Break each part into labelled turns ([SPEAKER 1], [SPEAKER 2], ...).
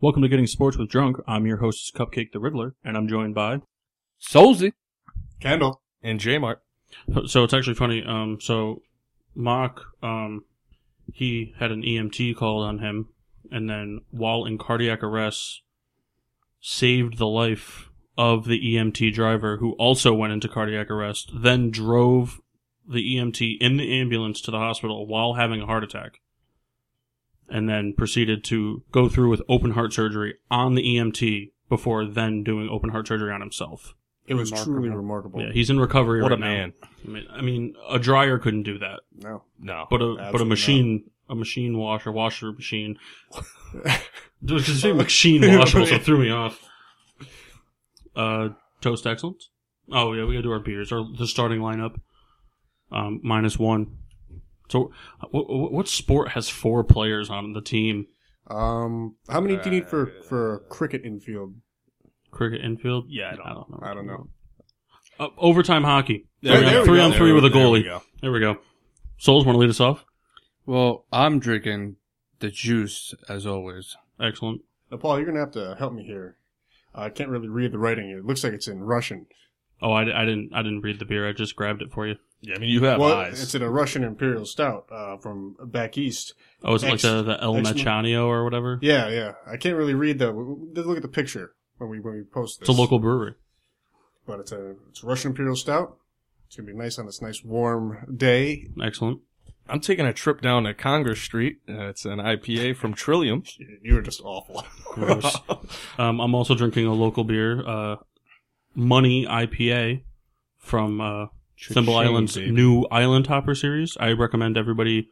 [SPEAKER 1] Welcome to Getting Sports with Drunk. I'm your host, Cupcake the Riddler, and I'm joined by.
[SPEAKER 2] Solzy.
[SPEAKER 3] Kendall and J Mart.
[SPEAKER 1] So it's actually funny. Um, so Mock, um, he had an EMT called on him, and then while in cardiac arrest, saved the life of the EMT driver who also went into cardiac arrest. Then drove the EMT in the ambulance to the hospital while having a heart attack. And then proceeded to go through with open heart surgery on the EMT before then doing open heart surgery on himself.
[SPEAKER 3] It was truly
[SPEAKER 2] Remarkable.
[SPEAKER 3] remarkable.
[SPEAKER 1] Yeah, he's in recovery
[SPEAKER 3] what
[SPEAKER 1] right
[SPEAKER 3] a
[SPEAKER 1] now.
[SPEAKER 3] man.
[SPEAKER 1] I mean, I mean, a dryer couldn't do that,
[SPEAKER 3] No. No.
[SPEAKER 1] but a but a
[SPEAKER 3] Absolutely
[SPEAKER 1] machine, a machine washer, washer machine. There was just a machine washer, also threw me off. Uh, toast excellence. Oh yeah, we gotta do our beers or the starting lineup. Um, minus one. So, what, what sport has four players on the team?
[SPEAKER 3] Um, how many do you need for for a cricket infield?
[SPEAKER 1] Cricket infield. Yeah,
[SPEAKER 3] I don't-
[SPEAKER 1] know.
[SPEAKER 3] I don't know.
[SPEAKER 1] Uh, overtime hockey.
[SPEAKER 3] There-
[SPEAKER 1] three
[SPEAKER 3] there
[SPEAKER 1] on
[SPEAKER 3] we
[SPEAKER 1] three,
[SPEAKER 3] go.
[SPEAKER 1] on
[SPEAKER 3] There
[SPEAKER 1] three
[SPEAKER 3] we-
[SPEAKER 1] with a
[SPEAKER 3] there we
[SPEAKER 1] goalie.
[SPEAKER 3] go.
[SPEAKER 1] There we go. Souls want to lead us off.
[SPEAKER 2] Well, I'm drinking the juice as always.
[SPEAKER 1] Excellent.
[SPEAKER 3] Now, Paul, you're gonna have to help me here. Uh, I can't really read the writing. It looks like it's in Russian.
[SPEAKER 1] Oh, I, I didn't. I didn't read the beer. I just grabbed it for you.
[SPEAKER 4] Yeah, I mean, you have
[SPEAKER 3] well,
[SPEAKER 4] eyes.
[SPEAKER 3] it's in a Russian imperial stout uh, from back east.
[SPEAKER 1] Oh, is it like
[SPEAKER 3] Ex-
[SPEAKER 1] the, the El
[SPEAKER 3] ex-
[SPEAKER 1] Machanio or whatever?
[SPEAKER 3] Yeah, yeah. I can't really read the. Just look at the picture when we when we post this.
[SPEAKER 1] It's a local brewery.
[SPEAKER 3] but it's a it's Russian imperial stout. It's gonna be nice on this nice warm day.
[SPEAKER 1] Excellent.
[SPEAKER 4] I'm taking a trip down to Congress Street. Uh, it's an IPA from Trillium.
[SPEAKER 3] You are just awful.
[SPEAKER 1] Gross. um, I'm also drinking a local beer, uh, Money IPA from uh, Thimble
[SPEAKER 4] Cha-ching,
[SPEAKER 1] Island's
[SPEAKER 4] baby.
[SPEAKER 1] new Island Hopper series. I recommend everybody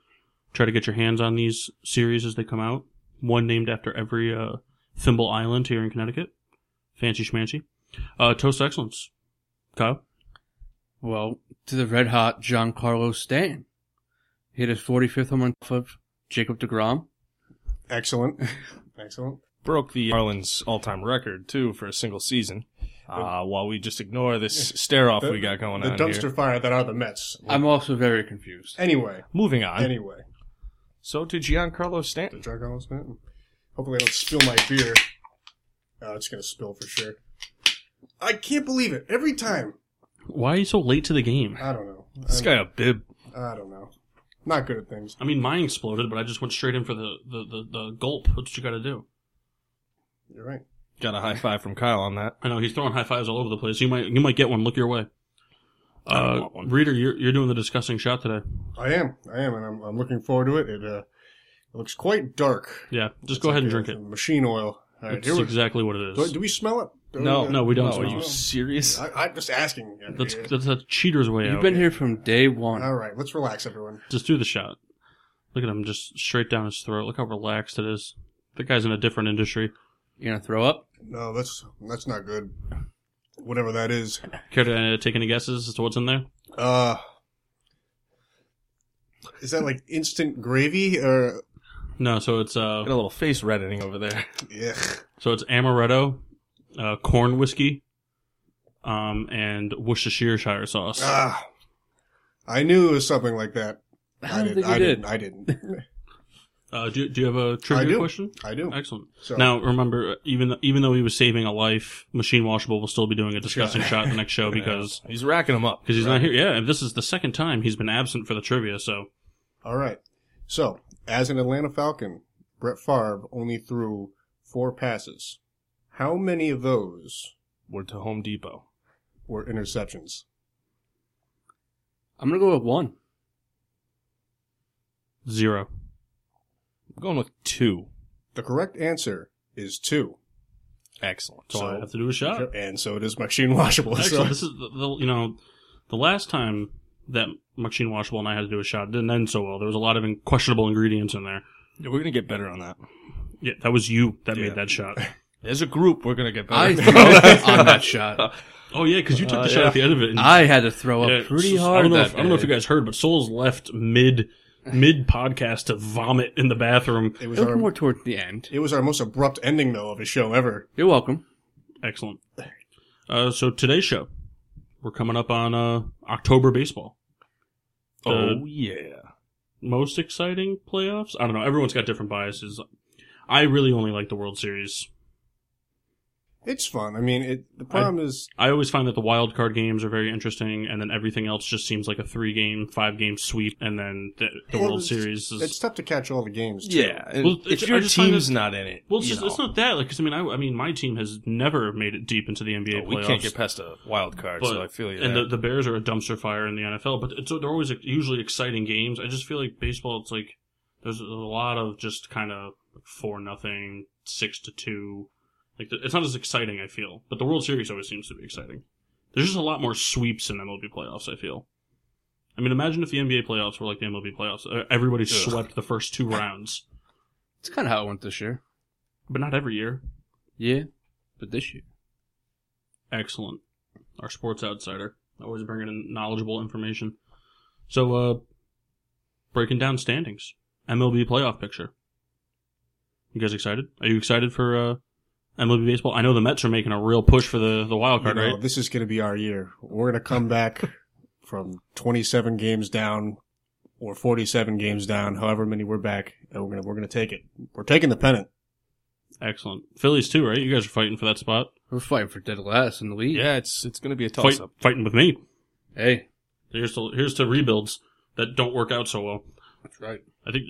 [SPEAKER 1] try to get your hands on these series as they come out. One named after every uh, Thimble Island here in Connecticut. Fancy schmancy. Uh, Toast to Excellence. Kyle.
[SPEAKER 2] Well, to the red hot Giancarlo Stanton. He hit his 45th home run off of Jacob DeGrom.
[SPEAKER 3] Excellent, excellent.
[SPEAKER 4] Broke the Marlins all-time record too for a single season. Uh, while we just ignore this stare-off we got going
[SPEAKER 3] the
[SPEAKER 4] on
[SPEAKER 3] dumpster
[SPEAKER 4] here.
[SPEAKER 3] fire that are the Mets.
[SPEAKER 2] I'm also very confused.
[SPEAKER 3] Anyway,
[SPEAKER 4] Moving on.
[SPEAKER 3] anyway.
[SPEAKER 4] so to Giancarlo Stanton.
[SPEAKER 3] The drug almost went. Hopefully, I don't spill my beer. Oh, it's gonna spill for sure. I can't believe it. Every time,
[SPEAKER 1] Why are you so late to the game?
[SPEAKER 3] I don't know.
[SPEAKER 1] Um,
[SPEAKER 4] This guy a bib.
[SPEAKER 3] I don't know. Not good at things.
[SPEAKER 1] I mean, mine exploded, but I just went straight in for the, the, the, the gulp. That's what you got to do.
[SPEAKER 3] You're right.
[SPEAKER 4] Got a high five from Kyle on that.
[SPEAKER 1] I know he's throwing high fives all over the place. You might you might get one. Look your way. Uh, reader, you're you're doing the disgusting shot today.
[SPEAKER 3] I am. I am, and I'm, I'm looking forward to it. It, uh, it looks quite dark.
[SPEAKER 1] Yeah, just go ahead and drink
[SPEAKER 3] It's
[SPEAKER 1] it.
[SPEAKER 3] like, uh, Machine oil. All right,
[SPEAKER 1] It's
[SPEAKER 3] here we
[SPEAKER 1] exactly what it
[SPEAKER 3] do,
[SPEAKER 1] is.
[SPEAKER 3] do we smell it? Do
[SPEAKER 4] No,
[SPEAKER 3] uh,
[SPEAKER 1] no, we don't.
[SPEAKER 4] Oh, are
[SPEAKER 1] smell
[SPEAKER 4] you
[SPEAKER 1] it.
[SPEAKER 4] serious?
[SPEAKER 3] I, I'm just asking.
[SPEAKER 1] That's that's a cheater's way
[SPEAKER 2] You've
[SPEAKER 1] out.
[SPEAKER 2] been here from day
[SPEAKER 3] All
[SPEAKER 2] one.
[SPEAKER 3] right, let's relax, everyone.
[SPEAKER 1] Just do the shot. Look at him, just straight down his throat. Look how relaxed it is. The guy's in a different industry.
[SPEAKER 2] You're gonna throw up?
[SPEAKER 3] No, that's that's not good. Whatever that is.
[SPEAKER 1] Care to uh, take any guesses as to what's in there?
[SPEAKER 3] Uh, is that like instant gravy or
[SPEAKER 1] No, so it's
[SPEAKER 4] Got
[SPEAKER 1] uh,
[SPEAKER 4] a little face redditing over there.
[SPEAKER 3] Ugh.
[SPEAKER 1] so it's amaretto, uh, corn whiskey, um, and Worcestershire sauce.
[SPEAKER 3] Ah, I knew it was something like that.
[SPEAKER 2] I don't think you
[SPEAKER 3] I
[SPEAKER 2] did.
[SPEAKER 3] didn't. I didn't.
[SPEAKER 1] Uh, do do you have a trivia
[SPEAKER 3] do. Oh.
[SPEAKER 1] question?
[SPEAKER 3] I do.
[SPEAKER 1] Excellent.
[SPEAKER 3] So
[SPEAKER 1] Now remember, even even though he was saving a life, Machine Washable will still be doing a disgusting shot the next show because
[SPEAKER 4] He's racking them up.
[SPEAKER 1] because he's not here. Yeah, and this is the second time he's been absent for the trivia. So
[SPEAKER 3] all right. So as an Atlanta Falcon, Brett Favre only threw four passes. How many of those
[SPEAKER 4] We're to Home Depot.
[SPEAKER 3] were interceptions?
[SPEAKER 2] I'm gonna go with one.
[SPEAKER 1] zero.
[SPEAKER 4] I'm going with two.
[SPEAKER 3] The correct answer is two.
[SPEAKER 4] Excellent.
[SPEAKER 1] That's all I
[SPEAKER 3] So-
[SPEAKER 1] have to do is shot.
[SPEAKER 3] And so it is machine washable.
[SPEAKER 1] Actually,
[SPEAKER 3] So
[SPEAKER 1] this is the, the you know the last time that Machine Washable and I had to do a shot it didn't end so well. There was a lot of in- questionable ingredients in there.
[SPEAKER 4] We're gonna get better on that.
[SPEAKER 1] Yeah, that was you that
[SPEAKER 4] Yeah.
[SPEAKER 1] made that shot.
[SPEAKER 4] As a group, we're gonna get better.
[SPEAKER 2] I threw up on that shot.
[SPEAKER 1] Oh yeah, because you took
[SPEAKER 4] Uh,
[SPEAKER 1] the shot
[SPEAKER 4] yeah.
[SPEAKER 1] at the end of it. And
[SPEAKER 2] I had to throw up
[SPEAKER 1] Yeah,
[SPEAKER 2] pretty
[SPEAKER 1] so-
[SPEAKER 2] hard.
[SPEAKER 1] I don't, know
[SPEAKER 2] that
[SPEAKER 1] if, I don't know if
[SPEAKER 2] day.
[SPEAKER 1] you guys heard, but Souls left mid mid podcast to vomit in the bathroom.
[SPEAKER 3] it
[SPEAKER 2] It
[SPEAKER 3] was
[SPEAKER 2] was
[SPEAKER 3] our
[SPEAKER 2] more towards the end.
[SPEAKER 3] it was our most abrupt ending though of a show ever.
[SPEAKER 2] You're welcome.
[SPEAKER 1] Excellent. Uh, so today's show, we're coming up on uh, October baseball.
[SPEAKER 4] oh yeah.
[SPEAKER 1] Most exciting playoffs? I don't know. Everyone's got different biases. I really only like the World Series.
[SPEAKER 3] It's fun. I mean, it. The problem is,
[SPEAKER 1] I always find that the wild card games are very interesting, and then everything else just seems like a three game, five game sweep, and then the, the
[SPEAKER 3] Well,
[SPEAKER 1] World
[SPEAKER 3] it's-
[SPEAKER 1] Series is.
[SPEAKER 3] it's tough to catch all the games. Too.
[SPEAKER 4] Yeah, and
[SPEAKER 1] Well,
[SPEAKER 4] if
[SPEAKER 1] it's-
[SPEAKER 4] your
[SPEAKER 1] I just find
[SPEAKER 4] team's
[SPEAKER 1] that-
[SPEAKER 4] not in it,
[SPEAKER 1] well, it's,
[SPEAKER 4] you
[SPEAKER 1] just,
[SPEAKER 4] know,
[SPEAKER 1] it's not that. Like, 'cause, I mean, I, I mean, my team has never made it deep into the NBA playoffs.
[SPEAKER 4] oh, we can't get past a wild card, so
[SPEAKER 1] But-
[SPEAKER 4] I feel you.
[SPEAKER 1] and
[SPEAKER 4] there.
[SPEAKER 1] the, the Bears are a dumpster fire in the NFL, but it's, they're always usually exciting games. I just feel like baseball. It's like there's a lot of just kind of four nothing, six to two. Like it's not as exciting. I feel, but the World Series always seems to be exciting. There's just a lot more sweeps in MLB playoffs. I feel. I mean, imagine if the NBA playoffs were like the MLB playoffs. Uh, Everybody swept the first two rounds,
[SPEAKER 2] It's kind of how it went this year.
[SPEAKER 1] but not every year.
[SPEAKER 2] Yeah, but this year.
[SPEAKER 1] Excellent. Our sports outsider. Always bringing in knowledgeable information. So, uh, breaking down standings. MLB playoff picture. You guys excited? Are you excited for, uh, MLB baseball? I know the Mets are making a real push for the, the wild
[SPEAKER 3] You
[SPEAKER 1] card,
[SPEAKER 3] know,
[SPEAKER 1] right?
[SPEAKER 3] this is going to be our year. We're going to come back from 27 games down or 47 games down, however many we're back, and we're going to we're going to take it. We're taking the pennant.
[SPEAKER 1] Excellent. Phillies too, right? You guys are fighting for that spot.
[SPEAKER 2] We're fighting for dead last in the league.
[SPEAKER 4] yeah, it's it's going to be a toss
[SPEAKER 1] Fight,
[SPEAKER 4] up.
[SPEAKER 1] fighting with me.
[SPEAKER 2] Hey,
[SPEAKER 1] Here's to, here's to rebuilds that don't work out so well.
[SPEAKER 2] that's right.
[SPEAKER 1] I think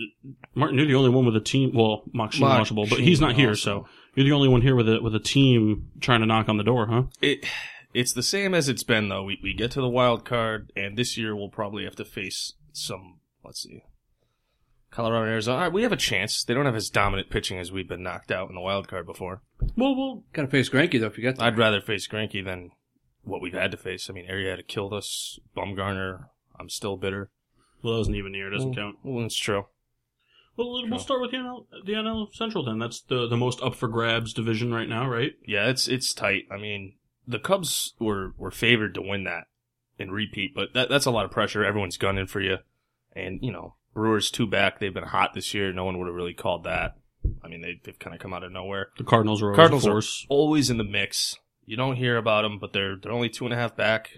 [SPEAKER 1] Martin, you're the only one with a team. Well, Mock
[SPEAKER 4] Mock
[SPEAKER 1] Washable, but he's not here,
[SPEAKER 4] also.
[SPEAKER 1] so you're the only one here with a with a team trying to knock on the door, huh?
[SPEAKER 4] It it's the same as it's been though. We we get to the wild card, and this year we'll probably have to face some. Let's see, Colorado and Arizona. All right, we have a chance. They don't have as dominant pitching as we've been knocked out in the wild card before.
[SPEAKER 1] Well, well,
[SPEAKER 2] Gotta face Granky, though, if you get that.
[SPEAKER 4] I'd rather face Granky than what we've had to face. I mean, Arietta killed us. Bumgarner, I'm still bitter.
[SPEAKER 1] Well, that wasn't even near. It doesn't
[SPEAKER 4] Well,
[SPEAKER 1] count.
[SPEAKER 4] Well, it's true.
[SPEAKER 1] Well, we'll
[SPEAKER 4] Mm. Sure.
[SPEAKER 1] start with the NL, the NL Central then. That's the, the most up for grabs division right now, right?
[SPEAKER 4] Yeah, it's it's tight. I mean, the Cubs were were favored to win that and repeat, but that that's a lot of pressure. Everyone's gunning for you, and you know, Brewers two back. They've been hot this year. No one would have really called that. I mean, they they've kind of come out of nowhere.
[SPEAKER 1] The Cardinals are always
[SPEAKER 4] Cardinals
[SPEAKER 1] a
[SPEAKER 4] are-
[SPEAKER 1] force.
[SPEAKER 4] Always in the mix. You don't hear about them, but they're they're only two and a half back.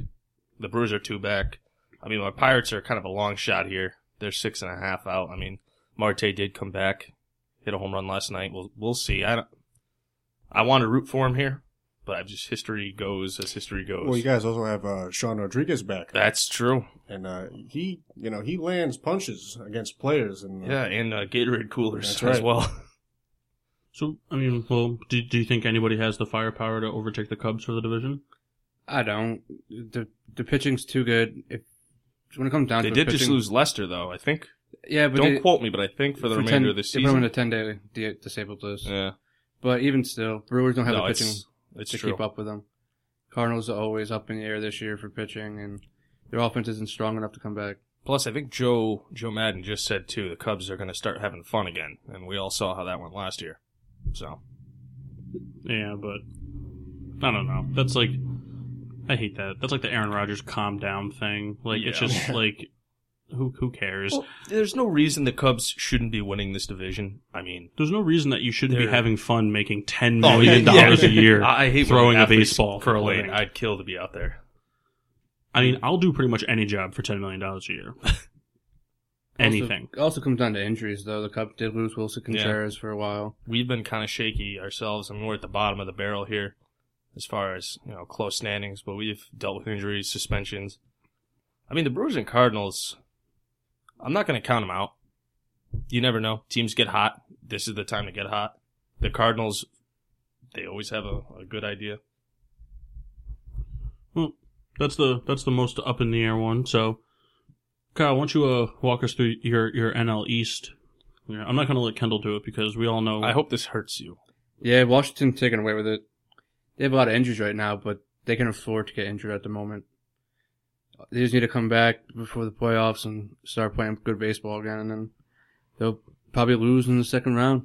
[SPEAKER 4] The Brewers are two back. I mean, my Pirates are kind of a long shot here. They're six and a half out. I mean, Marte did come back, hit a home run last night. We'll we'll see. I don't, I want to root for him here, but I've just history goes as history goes.
[SPEAKER 3] Well, you guys also have uh, Sean Rodriguez back,
[SPEAKER 4] That's true.
[SPEAKER 3] and uh, he you know he lands punches against players, and uh,
[SPEAKER 4] Yeah, and uh, Gatorade coolers
[SPEAKER 3] That's
[SPEAKER 4] as
[SPEAKER 3] right.
[SPEAKER 4] well.
[SPEAKER 1] So, I mean, well, do, do you think anybody has the firepower to overtake the Cubs for the division?
[SPEAKER 2] I don't. The the pitching's too good. If when it comes down
[SPEAKER 4] they
[SPEAKER 2] to
[SPEAKER 4] did
[SPEAKER 2] pitching,
[SPEAKER 4] just lose Lester though. I think.
[SPEAKER 2] Yeah, but
[SPEAKER 4] don't
[SPEAKER 2] they-
[SPEAKER 4] quote me, but I think for the
[SPEAKER 2] for
[SPEAKER 4] remainder
[SPEAKER 2] 10
[SPEAKER 4] of the
[SPEAKER 2] They put
[SPEAKER 4] season.
[SPEAKER 2] them in a ten day di- disabled list.
[SPEAKER 4] Yeah,
[SPEAKER 2] But even still, Brewers don't have
[SPEAKER 4] no,
[SPEAKER 2] the pitching
[SPEAKER 4] it's, it's
[SPEAKER 2] to
[SPEAKER 4] true.
[SPEAKER 2] keep up with them. Cardinals are always up in the air this year for pitching, and their offense isn't strong enough to come back.
[SPEAKER 4] Plus, I think Joe Joe Madden just said too the Cubs are going to start having fun again, and we all saw how that went last year. So
[SPEAKER 1] Yeah, but I don't know. That's like I hate that. That's like the Aaron Rodgers calm down thing. Like it's
[SPEAKER 4] Yeah.
[SPEAKER 1] just like who who cares?
[SPEAKER 4] there's no reason the Cubs shouldn't be winning this division. I mean,
[SPEAKER 1] There's no reason that you shouldn't be
[SPEAKER 4] They're-
[SPEAKER 1] having fun making ten
[SPEAKER 4] Oh,
[SPEAKER 1] million
[SPEAKER 4] yeah, yeah.
[SPEAKER 1] dollars a year.
[SPEAKER 4] I I hate when
[SPEAKER 1] throwing a
[SPEAKER 4] athletes
[SPEAKER 1] baseball for a
[SPEAKER 4] complain.
[SPEAKER 1] living.
[SPEAKER 4] I'd kill to be out there.
[SPEAKER 1] I mean, I'll do pretty much any job for ten million dollars a year. Anything.
[SPEAKER 2] Also, it also comes down to injuries, though. The Cubs did lose Wilson Contreras for a while.
[SPEAKER 4] We've been kind of shaky ourselves. I mean, we're at the bottom of the barrel here as far as you know close standings, but we've dealt with injuries, suspensions. I mean, the Brewers and Cardinals. I'm not going to count them out. You never know. Teams get hot. This is the time to get hot. The Cardinals, they always have a, a good idea.
[SPEAKER 1] Well, that's the that's the most up in the air one. So, Kyle, why don't you uh, walk us through your your NL East? Yeah, I'm not going to let Kendall do it because we all know.
[SPEAKER 4] I hope this hurts you.
[SPEAKER 2] Yeah, Washington taking away with it. They have a lot of injuries right now, but they can afford to get injured at the moment. They just need to come back before the playoffs and start playing good baseball again, and then they'll probably lose in the second round.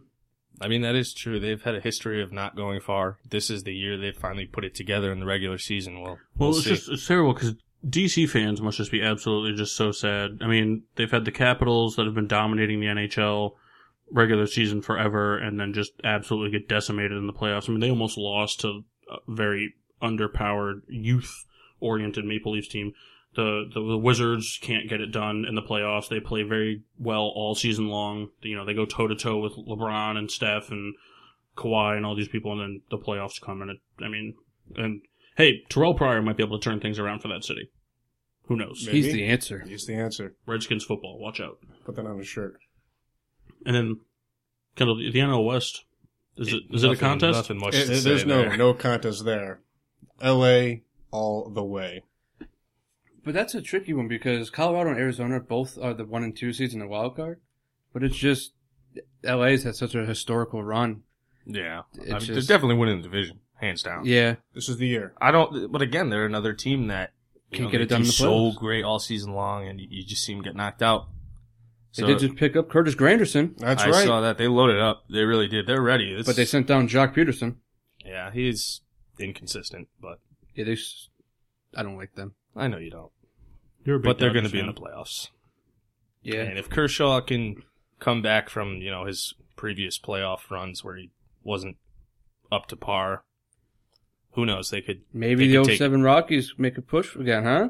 [SPEAKER 4] I mean, that is true. They've had a history of not going far. This is the year they finally put it together in the regular season. Well,
[SPEAKER 1] well,
[SPEAKER 4] we'll
[SPEAKER 1] it's
[SPEAKER 4] see.
[SPEAKER 1] just it's terrible because DC fans must just be absolutely just so sad. I mean, they've had the Capitals that have been dominating the NHL regular season forever, and then just absolutely get decimated in the playoffs. I mean, they almost lost to a very underpowered youth oriented Maple Leafs team. the, the the Wizards can't get it done in the playoffs. They play very well all season long. You know, they go toe to toe with LeBron and Steph and Kawhi and all these people, and then the playoffs come. And it, I mean, and hey, Terrell Pryor might be able to turn things around for that city. Who knows?
[SPEAKER 3] Maybe.
[SPEAKER 2] He's the answer.
[SPEAKER 3] He's the answer.
[SPEAKER 1] Redskins football, watch out.
[SPEAKER 3] Put that on his shirt.
[SPEAKER 1] And then, kind of the the NL West. Is it is it a
[SPEAKER 4] Nothing-
[SPEAKER 1] contest?
[SPEAKER 4] Nothing much.
[SPEAKER 3] It-
[SPEAKER 4] to
[SPEAKER 3] it-
[SPEAKER 4] say
[SPEAKER 3] there's no
[SPEAKER 4] there.
[SPEAKER 3] no contest there. L.A. all the way.
[SPEAKER 2] But that's a tricky one because Colorado and Arizona both are the one and two seeds in the wild card. But it's just LA's had such a historical run.
[SPEAKER 4] Yeah, I
[SPEAKER 2] It's
[SPEAKER 4] mean, they're
[SPEAKER 2] just-
[SPEAKER 4] definitely winning the division, hands down.
[SPEAKER 2] Yeah,
[SPEAKER 3] This is the year.
[SPEAKER 4] I don't. But again, they're another team that you
[SPEAKER 2] Can't
[SPEAKER 4] know,
[SPEAKER 2] get
[SPEAKER 4] they
[SPEAKER 2] it done in
[SPEAKER 4] do
[SPEAKER 2] the
[SPEAKER 4] so
[SPEAKER 2] playoffs.
[SPEAKER 4] great all season long, and you- you just see them get knocked out.
[SPEAKER 2] they
[SPEAKER 4] So
[SPEAKER 2] did just pick up Curtis Granderson,
[SPEAKER 3] That's
[SPEAKER 4] I
[SPEAKER 3] right.
[SPEAKER 4] saw that they loaded up. They really did. They're ready. This-
[SPEAKER 2] but they sent down Jock Peterson.
[SPEAKER 4] yeah, he's inconsistent, but
[SPEAKER 2] Yeah, they. s- I don't like them.
[SPEAKER 4] I know you don't.
[SPEAKER 1] You're a big
[SPEAKER 4] But they're going to
[SPEAKER 1] Dodgers
[SPEAKER 4] be
[SPEAKER 1] fan.
[SPEAKER 4] in the playoffs.
[SPEAKER 2] Yeah,
[SPEAKER 4] And if Kershaw can come back from you know his previous playoff runs where he wasn't up to par, who knows? They could.
[SPEAKER 2] maybe
[SPEAKER 4] they
[SPEAKER 2] the
[SPEAKER 4] could take-
[SPEAKER 2] 07 Rockies make a push again, huh?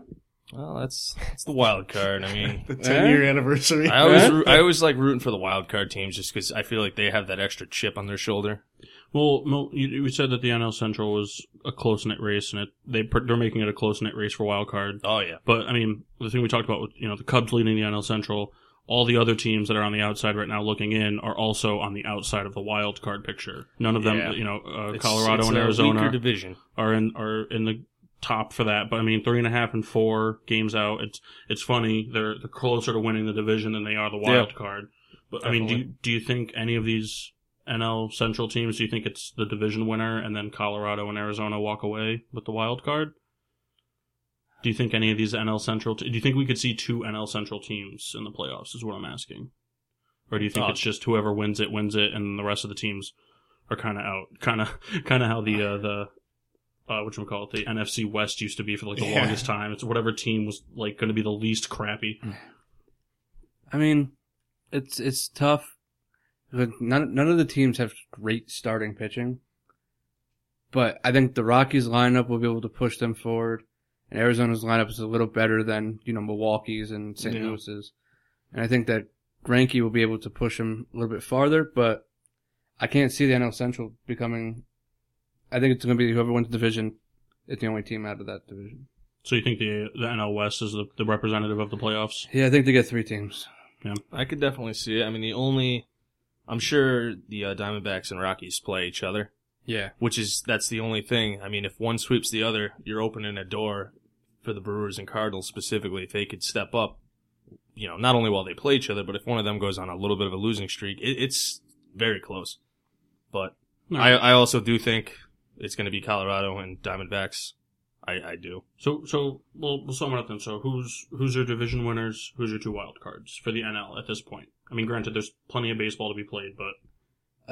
[SPEAKER 4] Well, that's that's the wild card. I mean,
[SPEAKER 3] the ten
[SPEAKER 1] Eh?
[SPEAKER 3] year anniversary.
[SPEAKER 4] I always roo- I always like rooting for the wild card teams just because I feel like they have that extra chip on their shoulder.
[SPEAKER 1] Well, Mo, you, you said that the NL Central was a close knit race, and it, they pr- they're making it a close knit race for wild card.
[SPEAKER 4] Oh yeah,
[SPEAKER 1] But I mean, the thing we talked about with you know the Cubs leading the NL Central, all the other teams that are on the outside right now looking in are also on the outside of the wild card picture. None of them,
[SPEAKER 4] Yeah.
[SPEAKER 1] you know, uh,
[SPEAKER 4] It's-
[SPEAKER 1] Colorado
[SPEAKER 4] it's
[SPEAKER 1] and
[SPEAKER 4] a
[SPEAKER 1] Arizona
[SPEAKER 4] weaker division.
[SPEAKER 1] are in are in the top for that. But I mean, three and a half and four games out. It's it's funny they're they're closer to winning the division than they are the wild card. But I mean, do you,
[SPEAKER 4] Definitely.
[SPEAKER 1] do you think any of these NL Central teams? Do you think it's the division winner and then Colorado and Arizona walk away with the wild card? Do you think any of these NL Central? Te- do you think we could see two NL Central teams in the playoffs? Is what I'm asking. Or do you think
[SPEAKER 4] Oh.
[SPEAKER 1] it's just whoever wins it wins it, and the rest of the teams are kind of out, kind of, kind of how the uh, the uh, which we call it, the NFC West used to be for like the
[SPEAKER 3] Yeah.
[SPEAKER 1] longest time. It's whatever team was like going to be the least crappy.
[SPEAKER 2] I mean, it's it's tough. But None none of the teams have great starting pitching, but I think the Rockies lineup will be able to push them forward, and Arizona's lineup is a little better than you know Milwaukee's and St.
[SPEAKER 1] Yeah.
[SPEAKER 2] Louis's, and I think that Granke will be able to push him a little bit farther. But I can't see the NL Central becoming. I think it's going to be whoever wins the division. It's the only team out of that division.
[SPEAKER 1] So you think the the NL West is the, the representative of the playoffs?
[SPEAKER 2] Yeah, I think they get three teams.
[SPEAKER 4] I could definitely see it. I mean, the only I'm sure the uh, Diamondbacks and Rockies play each other,
[SPEAKER 2] Yeah,
[SPEAKER 4] which is that's the only thing. I mean, if one sweeps the other, you're opening a door for the Brewers and Cardinals specifically if they could step up. You know, not only while they play each other, but if one of them goes on a little bit of a losing streak, it, it's very close. But I, I also do think it's going to be Colorado and Diamondbacks. I, I do.
[SPEAKER 1] so so we'll, we'll sum it up then. So who's who's your division winners? Who's your two wild cards for the NL at this point? I mean, granted, there's plenty of baseball to be played, but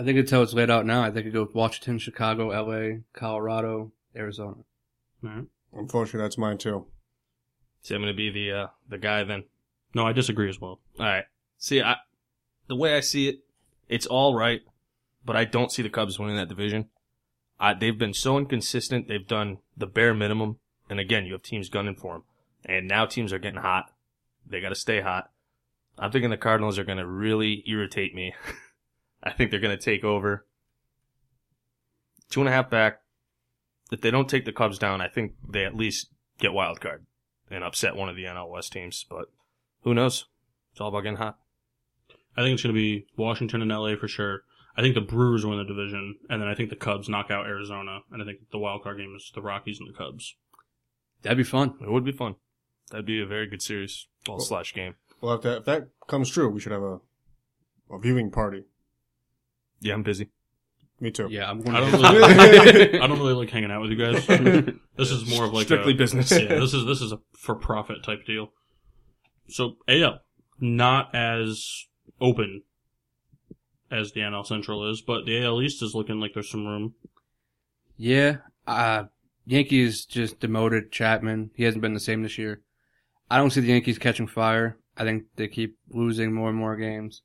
[SPEAKER 2] I think it's how it's laid out now. I think it goes Washington, Chicago, LA, Colorado, Arizona.
[SPEAKER 1] alright.
[SPEAKER 3] Unfortunately, that's mine too.
[SPEAKER 4] See, I'm going to be the uh, the guy then.
[SPEAKER 1] no, I disagree as well.
[SPEAKER 4] All right. See, I the way I see it, it's all right, but I don't see the Cubs winning that division. I, they've been so inconsistent. They've done the bare minimum, and again, you have teams gunning for them, and now teams are getting hot. They got to stay hot. I'm thinking the Cardinals are going to really irritate me. I think they're going to take over. Two and a half back. If they don't take the Cubs down, I think they at least get wild card and upset one of the NL West teams. But who knows? It's all about getting hot.
[SPEAKER 1] I think it's going to be Washington and LA for sure. I think the Brewers win the division, and then I think the Cubs knock out Arizona, and I think the wild card game is the Rockies and the Cubs.
[SPEAKER 2] That'd be fun.
[SPEAKER 4] It would be fun. That'd be a very good series, all
[SPEAKER 3] Cool.
[SPEAKER 4] slash game.
[SPEAKER 3] Well, if that, if that comes true, we should have a a viewing party.
[SPEAKER 4] Yeah, I'm busy.
[SPEAKER 3] Me too.
[SPEAKER 2] Yeah, I'm
[SPEAKER 1] I
[SPEAKER 2] going
[SPEAKER 1] don't
[SPEAKER 2] to.
[SPEAKER 1] really- I
[SPEAKER 3] I
[SPEAKER 1] don't really like hanging out with you guys. This is more of like
[SPEAKER 4] strictly
[SPEAKER 1] a,
[SPEAKER 4] business.
[SPEAKER 1] yeah, this is this is a for profit type deal. So AL not as open as the NL Central is, but the AL East is looking like there's some room.
[SPEAKER 2] yeah, uh, Yankees just demoted Chapman. He hasn't been the same this year. I don't see the Yankees catching fire. I think they keep losing more and more games.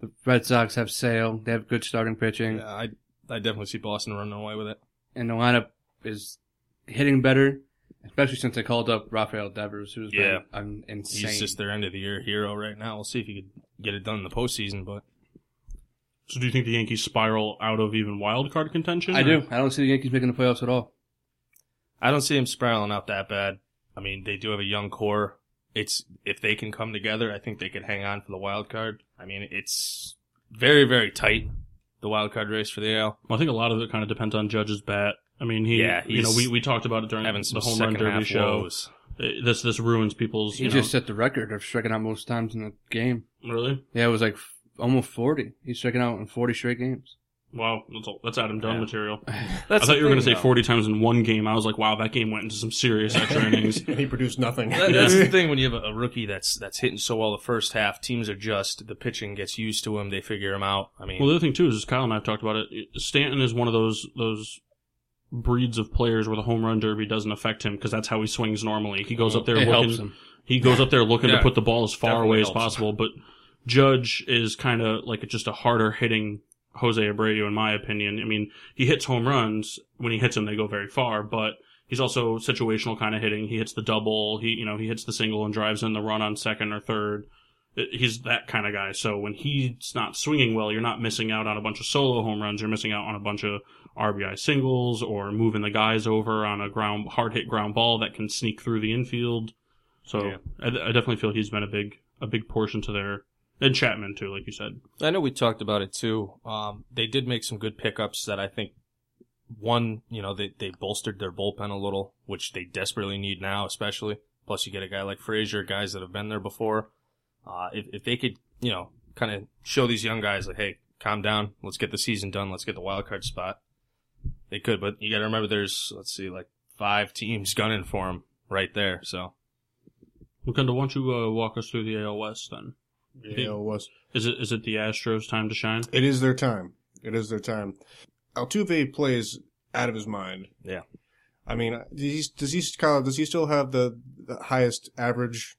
[SPEAKER 2] The Red Sox have Sale. They have good starting pitching,
[SPEAKER 4] Yeah, I I definitely see Boston running away with it.
[SPEAKER 2] and the lineup is hitting better. especially since they called up Rafael Devers, who's
[SPEAKER 4] Yeah.
[SPEAKER 2] been an insane.
[SPEAKER 4] He's just their end of the year hero right now. We'll see if he could get it done in the postseason, but
[SPEAKER 1] So do you think the Yankees spiral out of even wild card contention?
[SPEAKER 2] I
[SPEAKER 1] or-
[SPEAKER 2] do. I don't see the Yankees making the playoffs at all.
[SPEAKER 4] I don't see him spiraling out that bad. I mean, they do have a young core. It's if they can come together, I think they could hang on for the wild card. I mean, it's very very tight the wild card race for the AL.
[SPEAKER 1] Well, I think a lot of it kind of depends on Judge's bat. I mean, he,
[SPEAKER 4] Yeah,
[SPEAKER 1] you know,
[SPEAKER 4] he's
[SPEAKER 1] we, we talked about it during
[SPEAKER 4] Having some
[SPEAKER 1] the home run
[SPEAKER 4] second
[SPEAKER 1] derby
[SPEAKER 4] half
[SPEAKER 1] show.
[SPEAKER 4] woes.
[SPEAKER 1] Uh, This this ruins people's.
[SPEAKER 2] He
[SPEAKER 1] you
[SPEAKER 2] just set the record of striking out most times in the game.
[SPEAKER 1] know, really
[SPEAKER 2] Yeah, it was like f- almost 40. He's striking out in 40 straight games.
[SPEAKER 1] wow. That's, all, that's Adam Dunn
[SPEAKER 4] Yeah.
[SPEAKER 1] material.
[SPEAKER 4] That's
[SPEAKER 1] I
[SPEAKER 4] the
[SPEAKER 1] thought you were going to say
[SPEAKER 4] thing, though.
[SPEAKER 1] forty times in one game. I was like, wow, that game went into some serious extra innings.
[SPEAKER 3] he produced nothing.
[SPEAKER 4] That- that's the thing when you have a, a rookie that's that's hitting so well the first half. Teams are just the pitching gets used to him. They figure him out. I mean,
[SPEAKER 1] Well, the other thing too is just Kyle and I have talked about it. Stanton is one of those those breeds of players where the home run derby doesn't affect him because that's how he swings normally. He goes up there
[SPEAKER 2] Uh-huh. it helps
[SPEAKER 1] looking.
[SPEAKER 2] him.
[SPEAKER 1] He goes up there looking
[SPEAKER 4] Yeah.
[SPEAKER 1] to put the ball as far away
[SPEAKER 4] Definitely
[SPEAKER 1] as
[SPEAKER 4] helps.
[SPEAKER 1] possible. But Judge is kind of like just a harder hitting Jose Abreu, in my opinion. I mean, he hits home runs. When he hits them, they go very far. But he's also situational kind of hitting. He hits the double. He you know he hits the single and drives in the run on second or third. Uh, He's that kind of guy. So when he's not swinging well, you're not missing out on a bunch of solo home runs. You're missing out on a bunch of RBI singles or moving the guys over on a ground hard hit ground ball that can sneak through the infield. So
[SPEAKER 4] Yeah.
[SPEAKER 1] I, I definitely feel he's been a big a big portion to their and Chapman too, like you said.
[SPEAKER 4] I know we talked about it too. Um, they did make some good pickups that I think one, you know, they, they bolstered their bullpen a little, which they desperately need now, especially. Plus, you get a guy like Frazier, guys that have been there before. Uh, if, if they could, you know, kind of show these young guys, like, hey, calm down. Let's get the season done. Let's get the wild card spot. They could, but you got to remember there's, let's see, like five teams gunning for them right there. So
[SPEAKER 1] Lukenda, why don't you uh, walk us through the AL West then?
[SPEAKER 3] You know, it was
[SPEAKER 1] Is it is it the Astros' time to shine?
[SPEAKER 3] It is their time. It is their time. Altuve plays out of his mind.
[SPEAKER 4] Yeah.
[SPEAKER 3] I mean, does he, does he, Kyle, does he still have the, the highest average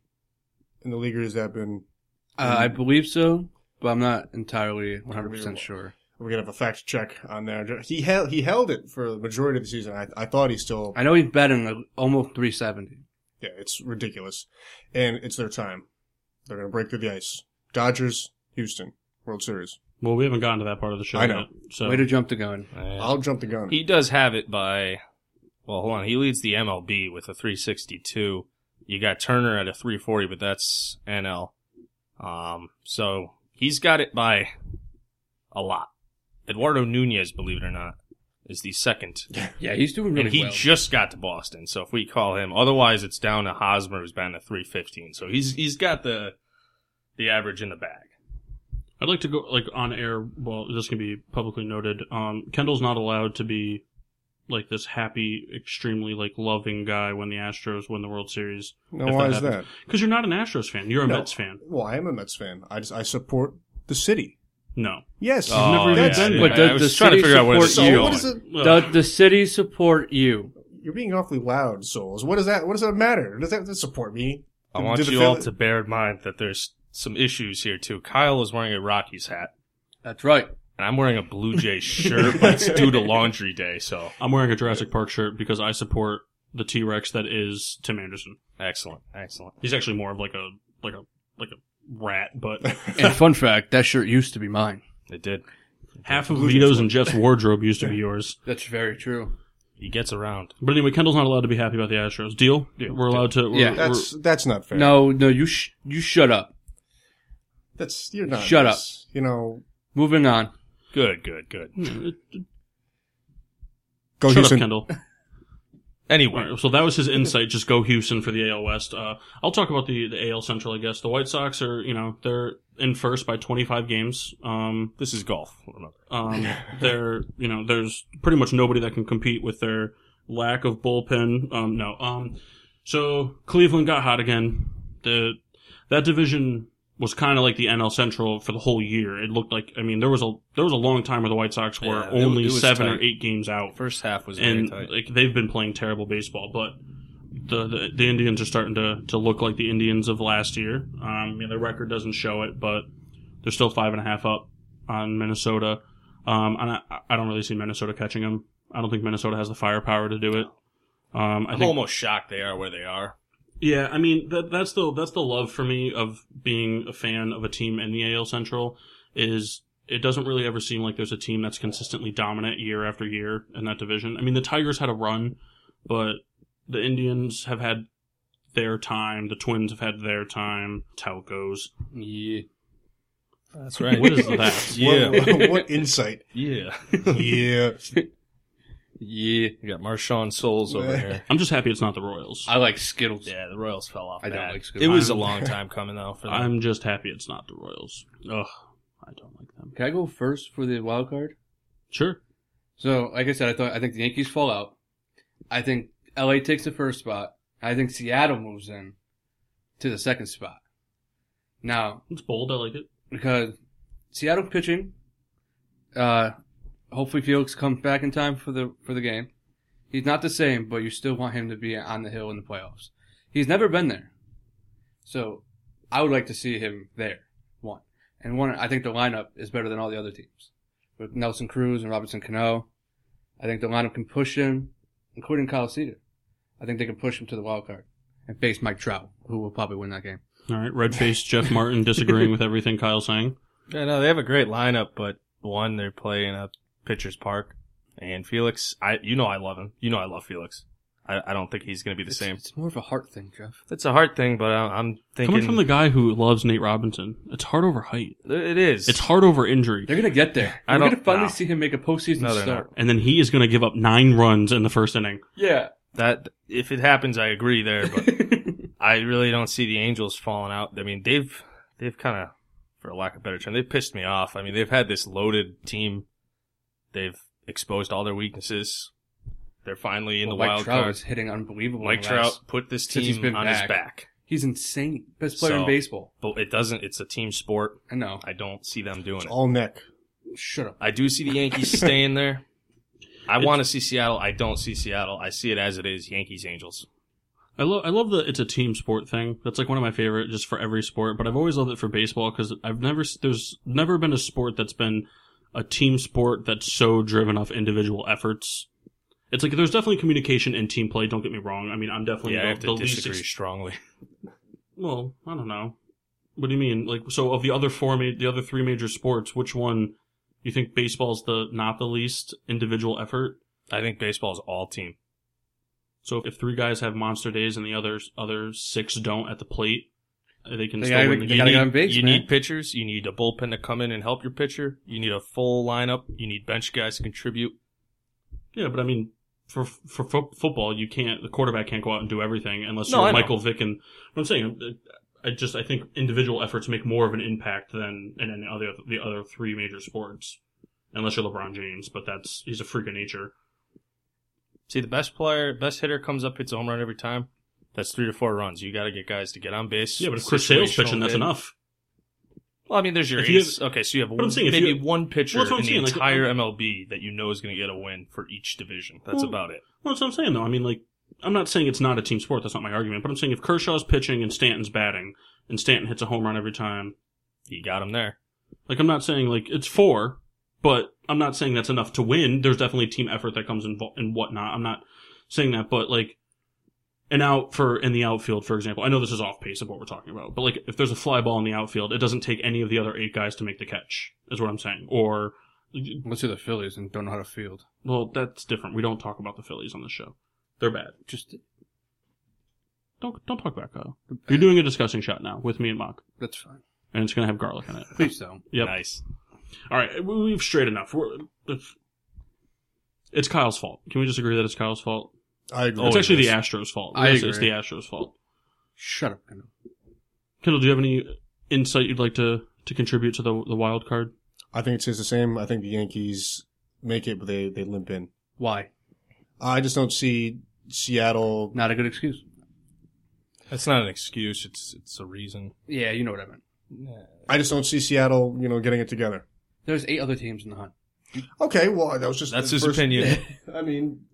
[SPEAKER 3] in the league, or has that been?
[SPEAKER 2] Uh, I believe so, but I'm not entirely 100%
[SPEAKER 3] Unbelievable.
[SPEAKER 2] sure.
[SPEAKER 3] We're gonna have a fact check on there. He held he held it for the majority of the season. I, I thought he still.
[SPEAKER 2] I know he's batting like, almost 370.
[SPEAKER 3] Yeah, it's ridiculous, and it's their time. They're gonna break through the ice. Dodgers, Houston, World Series.
[SPEAKER 1] Well, we haven't gotten to that part of the show
[SPEAKER 3] I know.
[SPEAKER 1] yet. So
[SPEAKER 2] Way to jump the gun.
[SPEAKER 4] eh.
[SPEAKER 3] I'll jump the gun.
[SPEAKER 4] He does have it by. Well, hold on. He leads the MLB with a 362. You got Turner at a 340, but that's NL. Um, so he's got it by a lot. Eduardo Nunez, believe it or not, is the second,
[SPEAKER 2] Yeah, he's doing really
[SPEAKER 4] and he
[SPEAKER 2] well.
[SPEAKER 4] just got to Boston. So if we call him, otherwise it's down to Hosmer, who's bound to 315. So he's he's got the the average in the bag.
[SPEAKER 1] I'd like to go like on air. Well, this can be publicly noted. Um, Kendall's not allowed to be like this happy, extremely like loving guy when the Astros win the World Series
[SPEAKER 3] no,
[SPEAKER 1] if
[SPEAKER 3] why
[SPEAKER 1] that
[SPEAKER 3] is that?
[SPEAKER 1] happens. because you're not an Astros fan. You're a
[SPEAKER 3] No.
[SPEAKER 1] Mets fan.
[SPEAKER 3] Well, I am a Mets fan. I just I support the city.
[SPEAKER 1] No,
[SPEAKER 3] Yes,
[SPEAKER 4] Oh,
[SPEAKER 1] never even
[SPEAKER 3] that's-
[SPEAKER 1] been
[SPEAKER 4] yeah,
[SPEAKER 1] there.
[SPEAKER 4] yeah.
[SPEAKER 2] But does
[SPEAKER 4] I was
[SPEAKER 2] the
[SPEAKER 4] trying to
[SPEAKER 2] city
[SPEAKER 4] figure out where you
[SPEAKER 2] support
[SPEAKER 3] So
[SPEAKER 2] you?
[SPEAKER 3] what
[SPEAKER 4] going.
[SPEAKER 3] is it?
[SPEAKER 1] Well,
[SPEAKER 2] Does the city support you?
[SPEAKER 3] You're being awfully loud, Souls. What does that? What does that matter? Does that, that support me?
[SPEAKER 4] I
[SPEAKER 3] Did-
[SPEAKER 4] want
[SPEAKER 3] did the
[SPEAKER 4] you all
[SPEAKER 3] Philly-
[SPEAKER 4] to bear in mind that there's some issues here too. Kyle is wearing a Rockies hat,
[SPEAKER 2] That's right.
[SPEAKER 4] and I'm wearing a Blue Jay shirt, but it's due to laundry day, so
[SPEAKER 1] I'm wearing a Jurassic Park shirt because I support the T Rex that is Tim Anderson.
[SPEAKER 4] excellent, excellent.
[SPEAKER 1] He's actually more of like a like a like a rat, but
[SPEAKER 2] And fun fact, that shirt used to be mine.
[SPEAKER 4] It did.
[SPEAKER 1] half of Vito's and Jeff's wardrobe used to be yours.
[SPEAKER 2] That's very true.
[SPEAKER 4] He gets around.
[SPEAKER 1] But anyway, Kendall's not allowed to be happy about the Astros. Deal? We're allowed to. We're,
[SPEAKER 2] Yeah.
[SPEAKER 1] we're-
[SPEAKER 3] That's that's not fair.
[SPEAKER 2] No, no, you sh- you shut up.
[SPEAKER 3] that's you're not.
[SPEAKER 2] Shut up.
[SPEAKER 3] that's- You know,
[SPEAKER 2] Moving on.
[SPEAKER 4] Good, good, good.
[SPEAKER 3] go
[SPEAKER 1] shut
[SPEAKER 3] Houston.
[SPEAKER 1] up, Kendall. All
[SPEAKER 4] Anyway,
[SPEAKER 1] right, so that was his insight. Just go Houston for the AL West. Uh, I'll talk about the, the AL Central, I guess. The White Sox are, you know, they're in first by 25 games. Um,
[SPEAKER 4] this is golf. Remember,
[SPEAKER 1] um, they're, you know, there's pretty much nobody that can compete with their lack of bullpen. Um, no. Um, so Cleveland got hot again. The that division was kind of like the NL Central for the whole year. It looked like, I mean, there was a there was a long time where the White Sox were
[SPEAKER 4] Yeah, it wa-
[SPEAKER 1] only
[SPEAKER 4] it was
[SPEAKER 1] seven
[SPEAKER 4] tight.
[SPEAKER 1] or eight games out
[SPEAKER 4] first half was very
[SPEAKER 1] and
[SPEAKER 4] tight.
[SPEAKER 1] like they've been playing terrible baseball, but the, the the Indians are starting to to look like the Indians of last year. Um, you know, their record doesn't show it, but they're still five and a half up on Minnesota. Um, and I, I don't really see Minnesota catching them. I don't think Minnesota has the firepower to do it. Um, I
[SPEAKER 4] I'm
[SPEAKER 1] think
[SPEAKER 4] almost shocked they are where they are.
[SPEAKER 1] Yeah, I mean that that's the that's the love for me of being a fan of a team in the AL Central is it doesn't really ever seem like there's a team that's consistently dominant year after year in that division. I mean the Tigers had a run, but the Indians have had their time, the Twins have had their time, Talcos.
[SPEAKER 2] Yeah.
[SPEAKER 4] That's
[SPEAKER 1] What is that?
[SPEAKER 4] yeah,
[SPEAKER 3] What, what insight?
[SPEAKER 4] yeah.
[SPEAKER 3] Yeah.
[SPEAKER 2] Yeah.
[SPEAKER 4] You got Marshawn Souls over here.
[SPEAKER 1] I'm just happy it's not the Royals.
[SPEAKER 2] I like Skittles.
[SPEAKER 4] Yeah, the Royals fell off.
[SPEAKER 2] I don't
[SPEAKER 4] bad.
[SPEAKER 2] like Scoop.
[SPEAKER 4] It was a
[SPEAKER 1] I'm-
[SPEAKER 4] long time coming though for them.
[SPEAKER 1] I'm just happy it's not the Royals. Ugh, I don't like them.
[SPEAKER 2] Can I go first for the wild card?
[SPEAKER 1] Sure.
[SPEAKER 2] So, like I said, I thought I think the Yankees fall out. I think LA takes the first spot. I think Seattle moves in to the second spot. Now,
[SPEAKER 1] It's bold, I like it.
[SPEAKER 2] because Seattle pitching, uh, hopefully Felix comes back in time for the for the game. He's not the same, but you still want him to be on the hill in the playoffs. He's never been there, so I would like to see him there. One and one, I think the lineup is better than all the other teams with Nelson Cruz and Robinson Cano. I think the lineup can push him, including Kyle Cedar. I think they can push him to the wild card and face Mike Trout, who will probably win that game.
[SPEAKER 1] All right, red faced Jeff Martin disagreeing with everything Kyle's saying.
[SPEAKER 4] Yeah, no, they have a great lineup, but one, they're playing at Pitcher's Park, and Felix. I, you know, I love him. You know, I love Felix. I, I don't think he's going to be the
[SPEAKER 2] It's-
[SPEAKER 4] same.
[SPEAKER 2] It's more of a heart thing, Jeff.
[SPEAKER 4] It's a hard thing, but I, I'm thinking
[SPEAKER 1] Coming from the guy who loves Nate Robinson, it's hard over height.
[SPEAKER 4] it is.
[SPEAKER 1] It's hard over injury.
[SPEAKER 2] They're gonna get there.
[SPEAKER 4] I
[SPEAKER 2] We're
[SPEAKER 4] don't-
[SPEAKER 2] gonna finally
[SPEAKER 4] no.
[SPEAKER 2] see him make a postseason
[SPEAKER 4] No, they're
[SPEAKER 2] start.
[SPEAKER 1] And then he is going to give up nine runs in the first inning.
[SPEAKER 2] Yeah.
[SPEAKER 4] that if it happens, I agree there, but I really don't see the Angels falling out. I mean, they've they've kind of, for lack of a better term, they've pissed me off. I mean, they've had this loaded team. They've exposed all their weaknesses. They're finally in
[SPEAKER 2] Well,
[SPEAKER 4] the
[SPEAKER 2] Mike
[SPEAKER 4] wild
[SPEAKER 2] Trout
[SPEAKER 4] card.
[SPEAKER 2] is hitting unbelievable.
[SPEAKER 4] Mike
[SPEAKER 2] in the last-
[SPEAKER 4] Trout put this
[SPEAKER 2] since he's
[SPEAKER 4] team
[SPEAKER 2] been
[SPEAKER 4] on his
[SPEAKER 2] back.
[SPEAKER 4] back,
[SPEAKER 2] He's insane. Best player
[SPEAKER 4] So-
[SPEAKER 2] in baseball.
[SPEAKER 4] but it doesn't. It's a team sport.
[SPEAKER 2] I know.
[SPEAKER 4] I don't see them doing
[SPEAKER 3] It's
[SPEAKER 4] it.
[SPEAKER 3] all neck.
[SPEAKER 2] Shut up.
[SPEAKER 4] I do see the Yankees staying there. I
[SPEAKER 1] It's-
[SPEAKER 4] want to see Seattle. I don't see Seattle. I see it as it is. Yankees, Angels.
[SPEAKER 1] I love I love the it's a team sport thing. That's like one of my favorite just for every sport, but I've always loved it for baseball cuz I've never s- there's never been a sport that's been a team sport that's so driven off individual efforts. It's like there's definitely communication and team play, don't get me wrong. I mean, I'm definitely
[SPEAKER 4] Yeah,
[SPEAKER 1] the,
[SPEAKER 4] I have
[SPEAKER 1] the
[SPEAKER 4] to
[SPEAKER 1] least
[SPEAKER 4] disagree
[SPEAKER 1] ex-
[SPEAKER 4] strongly.
[SPEAKER 1] Well, I don't know. What do you mean? Like, so of the other four, ma- the other three major sports, which one you think baseball's the not the least individual effort?
[SPEAKER 4] I think baseball is all team.
[SPEAKER 1] So if, if three guys have monster days and the others other six don't at the plate, uh, they can
[SPEAKER 2] They
[SPEAKER 1] still
[SPEAKER 2] gotta-
[SPEAKER 1] win the
[SPEAKER 2] they
[SPEAKER 1] game.
[SPEAKER 2] gotta
[SPEAKER 4] need,
[SPEAKER 2] get on base,
[SPEAKER 4] you
[SPEAKER 2] man.
[SPEAKER 4] need pitchers. You need a bullpen to come in and help your pitcher. You need a full lineup. You need bench guys to contribute.
[SPEAKER 1] yeah, but I mean, for for fo- football, you can't. The quarterback can't go out and do everything unless
[SPEAKER 4] No,
[SPEAKER 1] you're
[SPEAKER 4] I know.
[SPEAKER 1] Michael Vick. And what I'm saying, uh, I just I think individual efforts make more of an impact than in any other the other three major sports, unless you're LeBron James. But that's he's a freak of nature.
[SPEAKER 4] See, the best player, best hitter comes up, hits a home run every time. That's three to four runs. You got to get guys to get on base.
[SPEAKER 1] Yeah, but if Chris Sale's
[SPEAKER 4] situational
[SPEAKER 1] pitching, that's
[SPEAKER 4] hit.
[SPEAKER 1] enough.
[SPEAKER 4] Well, I mean, there's your
[SPEAKER 1] If you
[SPEAKER 4] ace. okay, so you have
[SPEAKER 1] But I'm saying if
[SPEAKER 4] maybe
[SPEAKER 1] you-
[SPEAKER 4] one pitcher
[SPEAKER 1] Well, that's what
[SPEAKER 4] in
[SPEAKER 1] I'm
[SPEAKER 4] the
[SPEAKER 1] saying, like, uh,
[SPEAKER 4] entire MLB that you know is going to get a win for each division. That's
[SPEAKER 1] Well-
[SPEAKER 4] about it.
[SPEAKER 1] Well, that's what I'm saying, though. I mean, like, I'm not saying it's not a team sport. That's not my argument. But I'm saying if Kershaw's pitching and Stanton's batting, and Stanton hits a home run every time,
[SPEAKER 4] You got him there.
[SPEAKER 1] like, I'm not saying, like, it's four, but I'm not saying that's enough to win. There's definitely team effort that comes in and whatnot. I'm not saying that, but, like, an out for in the outfield, for example. I know this is off pace of what we're talking about, but like if there's a fly ball in the outfield, it doesn't take any of the other eight guys to make the catch, is what I'm saying. Or
[SPEAKER 2] Let's see the Phillies and don't know how to field.
[SPEAKER 1] well, that's different. We don't talk about the Phillies on the show. They're bad.
[SPEAKER 2] Just
[SPEAKER 1] Don't don't talk about Kyle. You're doing a discussing shot now with me and Mock,
[SPEAKER 2] that's fine.
[SPEAKER 1] and it's gonna have garlic in it.
[SPEAKER 2] Please don't.
[SPEAKER 1] Yep.
[SPEAKER 4] Nice.
[SPEAKER 1] All right, we- we've straight enough. We're, it's- it's Kyle's fault. Can we just agree that it's Kyle's fault?
[SPEAKER 3] I agree.
[SPEAKER 1] it's
[SPEAKER 4] Always
[SPEAKER 1] actually
[SPEAKER 4] is.
[SPEAKER 1] the Astros' fault.
[SPEAKER 2] I
[SPEAKER 1] Yes, It's the
[SPEAKER 2] agree.
[SPEAKER 1] Astros' fault.
[SPEAKER 2] Shut up. Cano.
[SPEAKER 1] Kendall, do you have any insight you'd like to to contribute to the the wild card?
[SPEAKER 3] I think it's just the same. I think the Yankees make it, but they, they limp in.
[SPEAKER 2] Why?
[SPEAKER 3] I just don't see Seattle.
[SPEAKER 2] Not a good excuse.
[SPEAKER 4] That's not an excuse. It's it's a reason.
[SPEAKER 2] Yeah, you know what I meant.
[SPEAKER 3] I just don't see Seattle, you know, getting it together.
[SPEAKER 2] There's eight other teams in the hunt.
[SPEAKER 3] Okay, well, that was just
[SPEAKER 4] That's
[SPEAKER 3] the
[SPEAKER 4] his
[SPEAKER 3] first-
[SPEAKER 4] opinion.
[SPEAKER 3] I mean,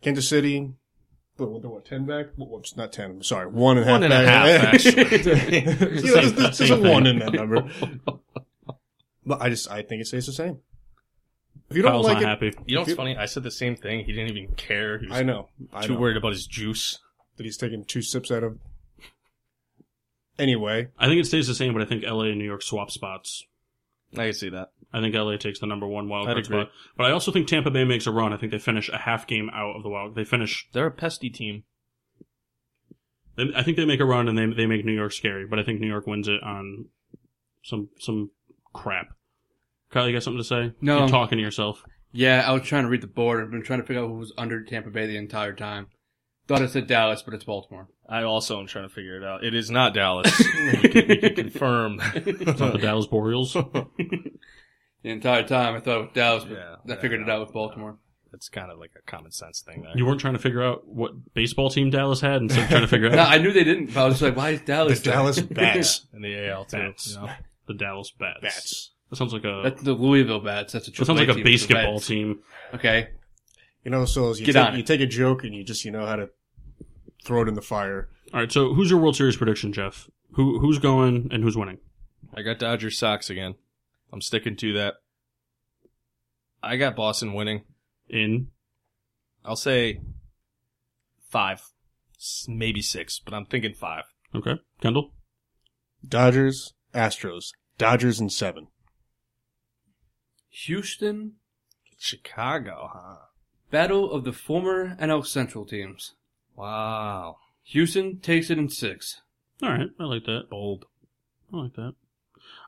[SPEAKER 3] Kansas City. What, what, they're what, ten back? Wh- Whoops, not ten. I'm sorry, one and a half.
[SPEAKER 4] One and a half,
[SPEAKER 3] back.
[SPEAKER 4] actually.
[SPEAKER 3] you know, there's, there's- there's a
[SPEAKER 1] Same thing.
[SPEAKER 3] one in that number. But I just, I think it stays the same. If you don't
[SPEAKER 1] Kyle's
[SPEAKER 3] like
[SPEAKER 1] not happy.
[SPEAKER 3] it,
[SPEAKER 4] You know
[SPEAKER 3] If
[SPEAKER 4] what's
[SPEAKER 3] you-
[SPEAKER 4] funny? I said the same thing. He didn't even care. He was
[SPEAKER 3] I know. I
[SPEAKER 4] too
[SPEAKER 3] know
[SPEAKER 4] worried about his juice.
[SPEAKER 3] that he's taking two sips out of. Anyway,
[SPEAKER 1] I think it stays the same, but I think LA and New York swap spots.
[SPEAKER 4] I can see that.
[SPEAKER 1] I think LA takes the number one wild
[SPEAKER 4] I'd
[SPEAKER 1] card
[SPEAKER 4] agree.
[SPEAKER 1] spot. But I also think Tampa Bay makes a run. I think they finish a half game out of the wild. They finish.
[SPEAKER 4] They're a pesty team.
[SPEAKER 1] they- I think they make a run and they they make New York scary. But I think New York wins it on some some crap. Kyle, you got something to say?
[SPEAKER 2] No.
[SPEAKER 1] You're talking to yourself.
[SPEAKER 2] Yeah, I was trying to read the board. I've been trying to figure out who was under Tampa Bay the entire time. Thought it said Dallas, but it's Baltimore.
[SPEAKER 4] I also am trying to figure it out. It is not Dallas. we, can, we can confirm.
[SPEAKER 1] It's not the Dallas Boreals.
[SPEAKER 2] The entire time I thought it was Dallas, but
[SPEAKER 4] Yeah,
[SPEAKER 2] I figured
[SPEAKER 4] yeah.
[SPEAKER 2] it out with Baltimore.
[SPEAKER 4] That's kind of like a common sense thing there.
[SPEAKER 1] You weren't trying to figure out what baseball team Dallas had instead of trying to figure
[SPEAKER 2] No,
[SPEAKER 1] out
[SPEAKER 2] I knew they didn't, but I was just like, why is
[SPEAKER 3] the
[SPEAKER 2] Dallas? there?
[SPEAKER 3] Dallas Bats.
[SPEAKER 4] in the AL too.
[SPEAKER 1] Bats.
[SPEAKER 4] You know?
[SPEAKER 1] the Dallas Bats.
[SPEAKER 3] Bats.
[SPEAKER 1] That sounds like a
[SPEAKER 2] That's the Louisville Bats. That's a
[SPEAKER 1] that sounds like
[SPEAKER 2] AAA
[SPEAKER 1] a
[SPEAKER 2] team. It's the
[SPEAKER 1] basketball
[SPEAKER 2] Reds.
[SPEAKER 1] team.
[SPEAKER 2] Okay.
[SPEAKER 3] You know, so you,
[SPEAKER 2] Get
[SPEAKER 3] take,
[SPEAKER 2] on it.
[SPEAKER 3] you take a joke and you just you know how to throw it in the fire.
[SPEAKER 1] All right, so who's your World Series prediction, Jeff? Who who's going and who's winning?
[SPEAKER 4] I got Dodgers Sox again. I'm sticking to that. I got Boston winning.
[SPEAKER 1] In
[SPEAKER 4] I'll say five, s- maybe six, but I'm thinking five.
[SPEAKER 1] okay, Kendall.
[SPEAKER 3] Dodgers, Astros, Dodgers in seven.
[SPEAKER 2] Houston,
[SPEAKER 4] Chicago, huh?
[SPEAKER 2] battle of the former NL Central teams.
[SPEAKER 4] Wow.
[SPEAKER 2] Houston takes it in six.
[SPEAKER 1] All right, I like that.
[SPEAKER 4] Bold.
[SPEAKER 1] I like that.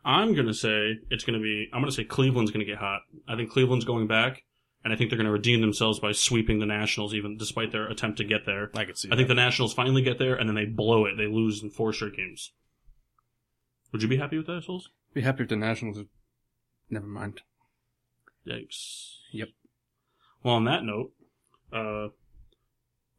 [SPEAKER 1] I'm gonna say it's gonna be. I'm gonna say Cleveland's gonna get hot. I think Cleveland's going back, and I think they're gonna redeem themselves by sweeping the Nationals, even despite their attempt to get there.
[SPEAKER 4] I could see
[SPEAKER 1] I think the Nationals finally get there, and then they blow it. They lose in four straight games. Would you be happy with that, Souls?
[SPEAKER 2] Be happy if the Nationals. Are... Never mind.
[SPEAKER 1] Yikes.
[SPEAKER 2] Yep.
[SPEAKER 1] Well, on that note, uh,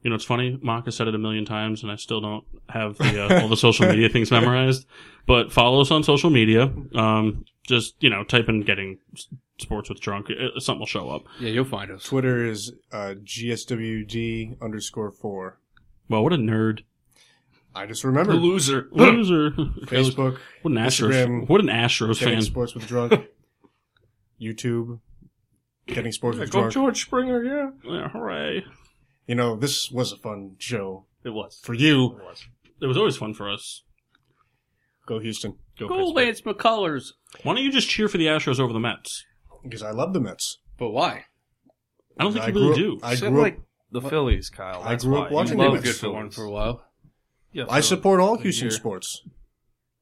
[SPEAKER 1] you know, it's funny. Mark has said it a million times, and I still don't have the, uh, all the social media things memorized. But follow us on social media. Um, just you know, type in "getting s- sports with drunk." It, something will show up.
[SPEAKER 2] Yeah, you'll find us.
[SPEAKER 3] Twitter is uh, GSWD underscore four.
[SPEAKER 1] Well, what a nerd,
[SPEAKER 3] I just remembered.
[SPEAKER 4] loser.
[SPEAKER 1] loser.
[SPEAKER 3] Facebook,
[SPEAKER 1] what an Astros.
[SPEAKER 3] Instagram.
[SPEAKER 1] What an Astros
[SPEAKER 3] getting
[SPEAKER 1] fan.
[SPEAKER 3] sports with drunk. YouTube, getting sports with drunk.
[SPEAKER 4] George Springer, yeah.
[SPEAKER 1] Yeah, hooray!
[SPEAKER 3] You know, this was a fun show
[SPEAKER 4] It was.
[SPEAKER 3] for
[SPEAKER 4] It
[SPEAKER 3] you.
[SPEAKER 4] was.
[SPEAKER 1] It was always fun for us.
[SPEAKER 3] Go Houston,
[SPEAKER 4] Go
[SPEAKER 2] Go
[SPEAKER 4] Pittsburgh.
[SPEAKER 2] Lance McCullers.
[SPEAKER 1] Why don't you just cheer for the Astros over the Mets?
[SPEAKER 3] because I love the Mets.
[SPEAKER 2] But why?
[SPEAKER 1] I don't think you
[SPEAKER 3] grew
[SPEAKER 1] really
[SPEAKER 3] up-
[SPEAKER 1] do.
[SPEAKER 3] I
[SPEAKER 4] Except,
[SPEAKER 3] grew
[SPEAKER 4] like,
[SPEAKER 3] up.
[SPEAKER 4] The Phillies, Kyle.
[SPEAKER 3] I
[SPEAKER 4] That's
[SPEAKER 3] grew
[SPEAKER 4] why.
[SPEAKER 3] up watching
[SPEAKER 4] You
[SPEAKER 3] the
[SPEAKER 2] Well,
[SPEAKER 4] love
[SPEAKER 3] Mets.
[SPEAKER 2] good
[SPEAKER 4] good
[SPEAKER 2] for one
[SPEAKER 4] Phillies.
[SPEAKER 2] for a while.
[SPEAKER 4] Yeah,
[SPEAKER 3] I
[SPEAKER 4] Phillies.
[SPEAKER 3] support all
[SPEAKER 4] A
[SPEAKER 3] Houston
[SPEAKER 4] year.
[SPEAKER 3] sports.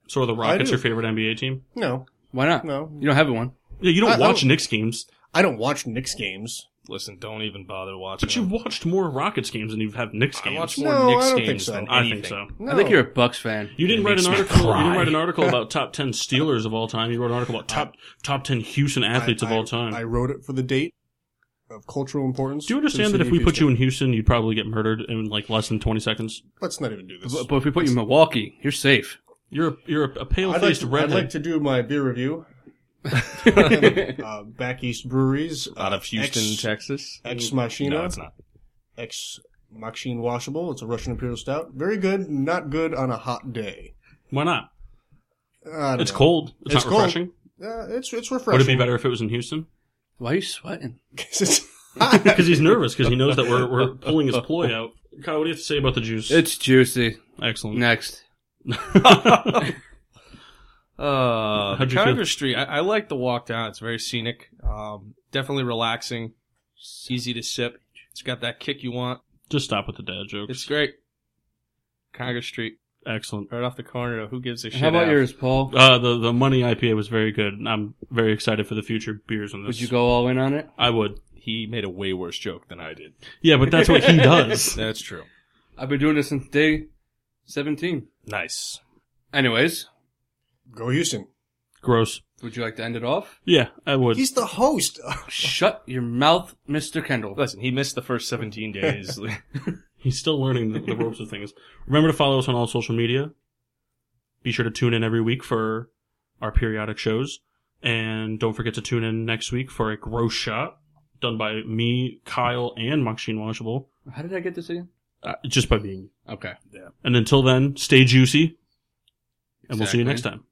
[SPEAKER 1] so are the Rockets
[SPEAKER 3] do.
[SPEAKER 1] your favorite NBA team?
[SPEAKER 3] No,
[SPEAKER 2] Why not?
[SPEAKER 3] no,
[SPEAKER 2] You don't have one.
[SPEAKER 1] Yeah, you don't
[SPEAKER 3] I- I
[SPEAKER 1] watch
[SPEAKER 3] don't-
[SPEAKER 1] Knicks games.
[SPEAKER 3] I don't watch Knicks games.
[SPEAKER 4] Listen, don't even bother watching.
[SPEAKER 1] But you've
[SPEAKER 4] them.
[SPEAKER 1] watched more Rockets games than you've had Knicks
[SPEAKER 4] I
[SPEAKER 1] games.
[SPEAKER 4] watch more
[SPEAKER 3] No, I
[SPEAKER 4] Knicks
[SPEAKER 3] don't think
[SPEAKER 4] games
[SPEAKER 3] so.
[SPEAKER 4] than
[SPEAKER 1] I
[SPEAKER 4] anything.
[SPEAKER 1] think so.
[SPEAKER 3] No.
[SPEAKER 2] I think you're a Bucks fan.
[SPEAKER 1] You didn't write
[SPEAKER 4] makes
[SPEAKER 1] an
[SPEAKER 4] me
[SPEAKER 1] article. You
[SPEAKER 4] cry.
[SPEAKER 1] didn't write an article about top ten Steelers of all time. You wrote an article about top top ten Houston athletes
[SPEAKER 3] I-
[SPEAKER 1] of
[SPEAKER 3] I-
[SPEAKER 1] all time.
[SPEAKER 3] I wrote it for the date of cultural importance.
[SPEAKER 1] Do you understand that if we put you in Houston, you'd probably get murdered in like less than twenty seconds?
[SPEAKER 3] Let's not even do this.
[SPEAKER 2] But, but if we put you in Milwaukee, you're safe.
[SPEAKER 1] You're a, you're a, a pale
[SPEAKER 3] I'd like,
[SPEAKER 1] faced
[SPEAKER 3] to, I'd
[SPEAKER 1] redhead.
[SPEAKER 3] like to do my beer review. uh, back East Breweries. uh,
[SPEAKER 4] Out of Houston,
[SPEAKER 3] Ex,
[SPEAKER 4] Texas.
[SPEAKER 3] Ex Machina.
[SPEAKER 4] No, it's not.
[SPEAKER 3] Ex Machine Washable. It's a Russian Imperial Stout. Very good. Not good on a hot day.
[SPEAKER 1] Why not?
[SPEAKER 3] I don't
[SPEAKER 1] It's
[SPEAKER 3] know.
[SPEAKER 1] cold. It's,
[SPEAKER 3] It's
[SPEAKER 1] not
[SPEAKER 3] cold.
[SPEAKER 1] refreshing.
[SPEAKER 3] Uh, it's it's
[SPEAKER 1] Would
[SPEAKER 3] refreshing.
[SPEAKER 1] it be better if it was in Houston?
[SPEAKER 2] Why are you sweating?
[SPEAKER 3] 'Cause it's hot.
[SPEAKER 1] Because he's nervous because he knows that we're we're pulling his ploy out. Kyle, what do you have to say about the juice?
[SPEAKER 2] It's juicy.
[SPEAKER 1] excellent.
[SPEAKER 2] Next.
[SPEAKER 1] How'd
[SPEAKER 4] Uh, the
[SPEAKER 1] you feel?
[SPEAKER 4] Congress Street. I, I like the walk down. It's very scenic. Um, definitely relaxing. Easy to sip. It's got that kick you want.
[SPEAKER 1] Just stop with the dad jokes.
[SPEAKER 4] It's great. Congress Street,
[SPEAKER 1] excellent.
[SPEAKER 4] right off the corner. Of who gives a shit?
[SPEAKER 2] How about
[SPEAKER 4] Ave.
[SPEAKER 2] yours, Paul?
[SPEAKER 1] Uh, the the money IPA was very good, and I'm very excited for the future beers on this.
[SPEAKER 2] Would you go all in on it?
[SPEAKER 1] I would.
[SPEAKER 4] He made a way worse joke than I did.
[SPEAKER 1] Yeah, but that's what he does.
[SPEAKER 4] That's true.
[SPEAKER 2] I've been doing this since day 17.
[SPEAKER 4] Nice.
[SPEAKER 2] Anyways,
[SPEAKER 3] Go Houston.
[SPEAKER 1] Gross.
[SPEAKER 2] would you like to end it off?
[SPEAKER 1] Yeah, I would.
[SPEAKER 3] He's the host.
[SPEAKER 2] Shut your mouth, Mr. Kendall.
[SPEAKER 4] Listen, he missed the first 17 days.
[SPEAKER 1] He's still learning the, the ropes of things. Remember to follow us on all social media. Be sure to tune in every week for our periodic shows. And don't forget to tune in next week for a gross shot done by me, Kyle, and Maxine Washable.
[SPEAKER 2] How did I get this again?
[SPEAKER 1] Uh, just by being.
[SPEAKER 2] Okay.
[SPEAKER 1] And until then, stay juicy, and we'll see you
[SPEAKER 2] Exactly.
[SPEAKER 1] next time.